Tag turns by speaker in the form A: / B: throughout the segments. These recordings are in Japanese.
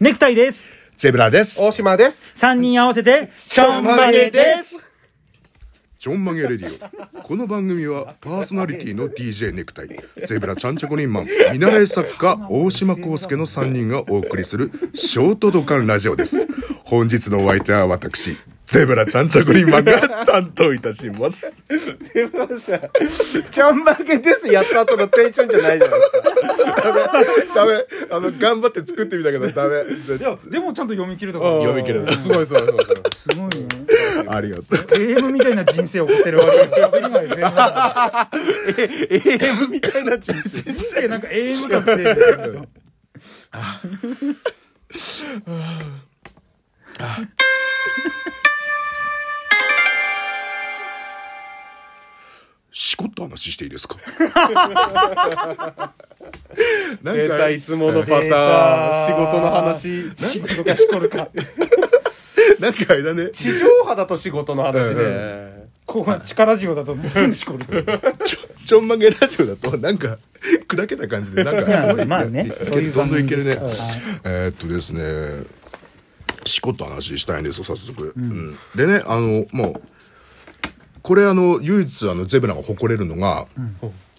A: ネクタイです。
B: ゼブラです。
C: 大島です。
A: 3人合わせて、ちょんまげです。
B: ちょんまげレディオ。この番組はパーソナリティの DJ ネクタイ、ゼブラちゃんちゃこりんマン、見習い作家大島康介の3人がお送りするショートドカンラジオです。本日のお相手は私、ゼブラちゃんちゃこりんマンが担当いたします。
C: でもさ、ちょんまげですやった後のテンションじゃないじゃない
B: ダメ、あの、頑張って作ってみたけどダメ。
A: いや、でもちゃんと読み切るとか、
B: 読み切れない
C: すごいすごいすごい。
A: すごいね。
B: ありがとう。
A: ゲームみたいな人生を送ってるわけ。喋れないよね。
C: AM みたいな人
A: 人
C: 生。
A: 生なんか AM かって。
B: しこった話していいですかなん
C: 出たいつものパ
A: 出
C: ター
A: た
C: ン。仕事の話。
A: 仕事かしこるか。
B: なんかあれだね。
C: 地上波だと仕事の話
B: う
C: で。
A: ここは力仕事だと思う。すぐしこる。
B: ちょ、 ちょんまげラジオだと、なんか、砕けた感じで、なんか、すごい、
A: まあね
B: いける
A: そういう
B: ど
A: 番
B: んどんい
A: 組
B: けるね
A: ですからはい。
B: えーっとですね、しこっと話したいんですよ、早速。うんでね、あの、もう、これ、あの、唯一、あの、ゼブラが誇れるのが、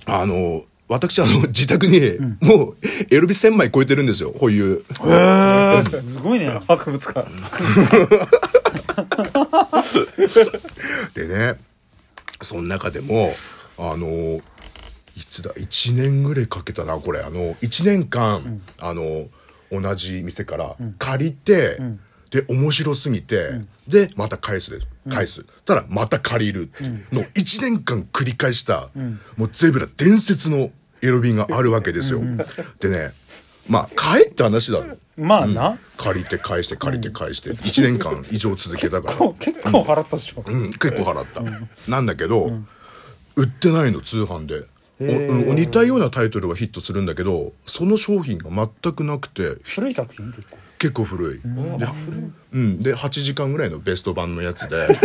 B: あの、私、あの、自宅に、もう、エルビ1000枚超えてるんですよ、保有。
A: すごいね。
C: 博物館。
B: でね、その中でも、あの、いつだ、1年ぐらいかけたな、これ。あの、1年間、あの、同じ店から借りて、で、面白すぎて、で、また返すで、返す。ただ、また借りる。の、1年間繰り返した、もうゼブラ伝説のエロビンがあるわけですよ。でね、まあ、買えって話だろ。
A: まあな。
B: 借りて返して借りて返して、1年間以上続けたから。
A: 結構払ったでしょ。
B: うん、結構払った、なんだけど、売ってないの通販でおうん似たようなタイトルはヒットするんだけどその商品が全くなくて
A: 古い作品結構。
B: 結構古い、で,、うん、で8時間ぐらいのベスト版のやつで、うん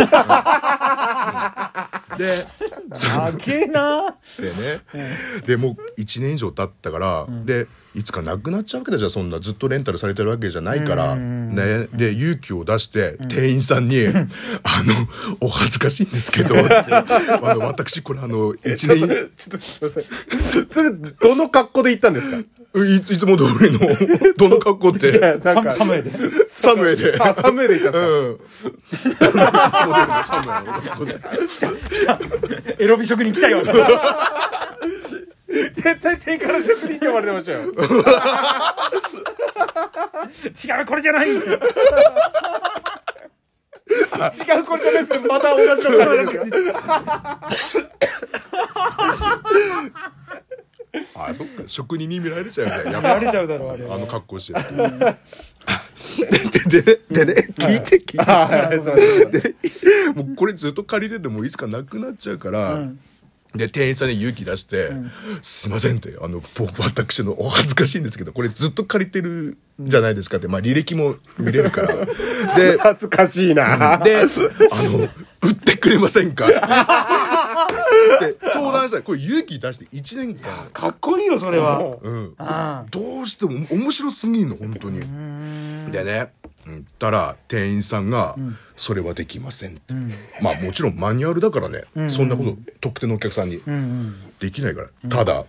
B: で
A: あげえな。
B: でね、でもう1年以上経ったから、でいつかなくなっちゃうわけだじゃんそんなずっとレンタルされてるわけじゃないから、ね、で勇気を出して店員さ んに「あのお恥ずかしいんですけど」ってあの私これあの1
C: ちょ
B: 年
C: っとすいません。それ、どの格好で行ったんですか
B: いいつも通りのどの格好っ
C: いや
B: て
C: なんか
A: サムエで。
B: サムウェイで。
C: あ、サムエで行ったんです
B: うん、
A: エロ美食に来たよ。
C: か絶対天下の職人って呼ばれてましたよ。
A: 違う、これじゃない。
C: 違う、これダメです。また同じの格好です。
B: あそっか 職人に見られちゃうみたいな
A: やられちゃうだろ、あれ。
B: あの格好してるででででね聞いて聞いて
C: あはいすいません
B: でもうこれずっと借りててもいつかなくなっちゃうから、で店員さんに勇気出して「すいません」ってあの僕私のお恥ずかしいんですけどこれずっと借りてるじゃないですかって、まあ、履歴も見れるからで
C: 恥ずかしいな。
B: で、あの、売ってくれません かって相談したらこれ勇気出して1年間、
A: かっこいいよ、それは。
B: うん、
A: あ
B: どうしても面白すぎんの本当にでね言ったら店員さんが「それはできません」って、まあもちろんマニュアルだからね、そんなこと特定のお客さんにできないから、ただ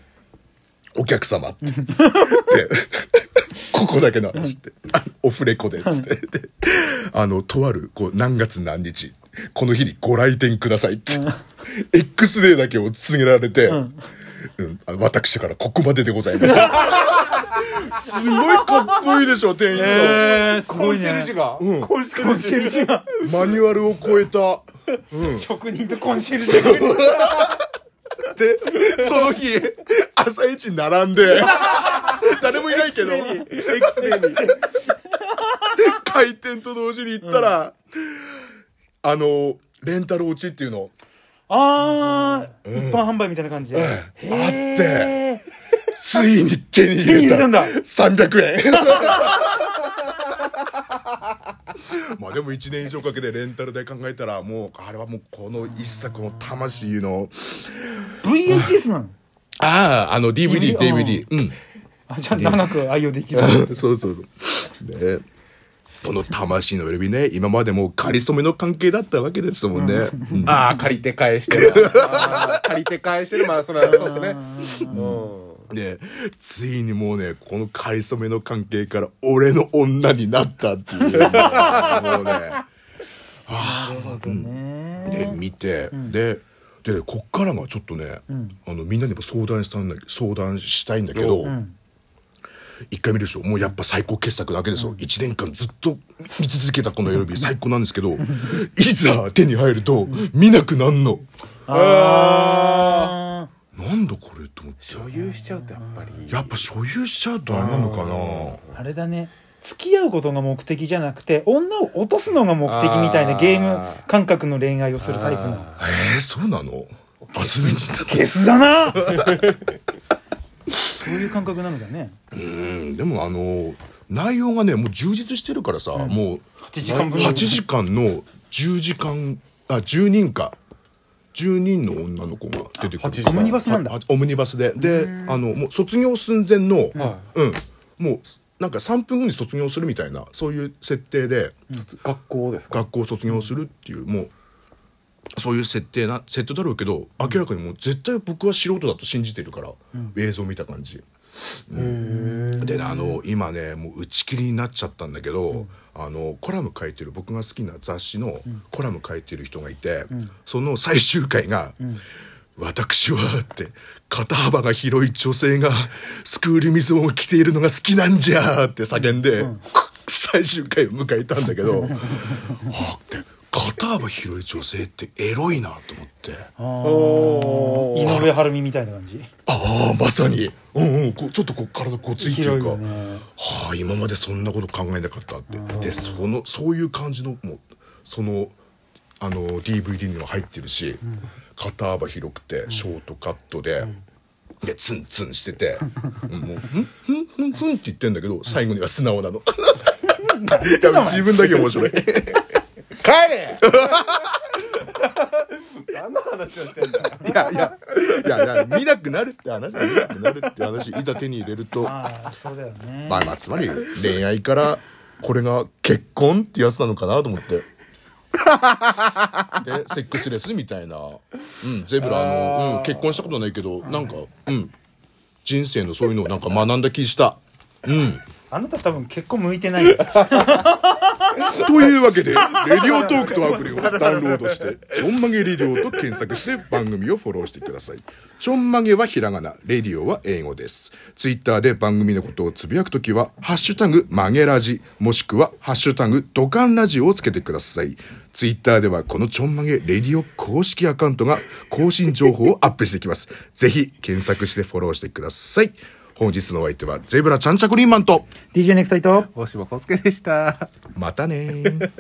B: 「お客様」って、で ここだけの話って、あオフレコでっつって、であのとあるこう何月何日この日にご来店くださいって、X デーだけを告げられて、うん、あの私からここまででございます。 すごいかっこいいでしょ、店員さん。
A: あ。えー、す
C: コ
A: ご
C: ン
A: い
C: シェルジュ
A: ね。
C: が。コンシェ
A: コ
C: ル
A: ン
C: ジ
A: シェルジュが。
B: マニュアルを超えた。
A: 職人とコンシェルジュが。
B: で、その日、朝一並ん で、誰もいないけど、
C: ュ。X デーに。
B: 開店と同時に行ったら、あの、レンタル落ちっていうの、
A: ああ、一般販売みたいな感じで。あ
B: あって、ついに手に入れた。
A: 手に入れ
B: 300円。 まあでも1年以上かけてレンタルで考えたら、もう、あれはもうこの一作の魂の、
A: VHS なの
B: ああ、あの
A: DVD
B: DVD、DVD。うん。
A: あ、じゃあ長く愛用できる。
B: そうそうそう。ねこの魂の呼びね今までもう仮初めの関係だったわけですもんね、うん
C: ああ、借りて返してる。あー借りて返してる。まあ、それはそうですね。うん。
B: でついにもうねこの仮初めの関係から俺の女になったって いう、ね、もうね
A: ね
B: で見て、ででこっからがちょっとね、あのみんなにも相談したんだ相談したいんだけど、一回見るでしょもうやっぱ最高傑作なわけですよ、一1年間ずっと見続けたこのエロビー最高なんですけどいざ手に入ると見なくなんの
A: あ
B: なんだこれと思って
C: 所有しちゃうとやっぱり。
B: やっぱ所有しちゃうとあれなのかな
A: ーあれだね付き合うことが目的じゃなくて女を落とすのが目的みたいなゲーム感覚の恋愛をするタイプの
C: あ
B: えー、そうなの遊びに行った
A: ゲスだ なそういう感覚なのだね
B: うんでもあの内容がねもう充実してるからさ、もう
A: 8時間分
B: 8時間の10時間あ10人か10人の女の子が出てく
C: 8時
B: る
C: 間
A: オムニバスなんだ
B: あオムニバスでであのもう卒業寸前の、
C: は
B: うんもうなんか3分後に卒業するみたいなそういう設定で
C: 学校ですか
B: 学校を卒業するっていうもうそういう設定な設定だろうけど明らかにもう絶対僕は素人だと信じてるから、映像見た感じ。
C: へー
B: でねあの今ねもう打ち切りになっちゃったんだけど、あのコラム書いてる僕が好きな雑誌のコラム書いてる人がいて、その最終回が「私は」って肩幅が広い女性がスクール水を着ているのが好きなんじゃーって叫んで、 最終回を迎えたんだけどは あって肩幅広い女性ってエロいなと思って。
A: あー
C: おー
A: 井上晴美みたいな感じ
B: ああまさに、うんうん、こうちょっとこう体ごついっていう
A: 広い
B: か、
A: よね
B: はあ今までそんなこと考えなかったってでそのそういう感じのもうそのあの DVD には入ってるし、肩幅広くてショートカットで。でツンツンして て「うんもうふんふんふんふん」って言ってんだけど最後には素直なの多分自分だけ面白い帰れ
C: 何の話をしてんだよ
B: いやいやいやいや見なくなるって話見なくなるって話いざ手に入れると
A: ああそうだよね
B: まあまあつまり恋愛からこれが結婚ってやつなのかなと思って。でセックスレスみたいな、うん、ゼブラあの、うん、結婚したことないけどなんか、うん、人生のそういうのをなんか学んだ気した。
A: あなた多分結構向いてないよ
B: というわけで「レディオトーク」とアプリをダウンロードして「ちょんまげレディオ」と検索して番組をフォローしてくださいちょんまげはひらがなレディオは英語ですツイッターで番組のことをつぶやくときは「ハッシュタグまげラジ」もしくは「ハッシュタグドカンラジオ」をつけてくださいツイッターではこのちょんまげレディオ公式アカウントが更新情報をアップしていきますぜひ検索してフォローしてください本日のお相手はゼブラちゃんちゃくりんマンと
A: DJ ネクタイと
C: 大島康介でした
B: またねー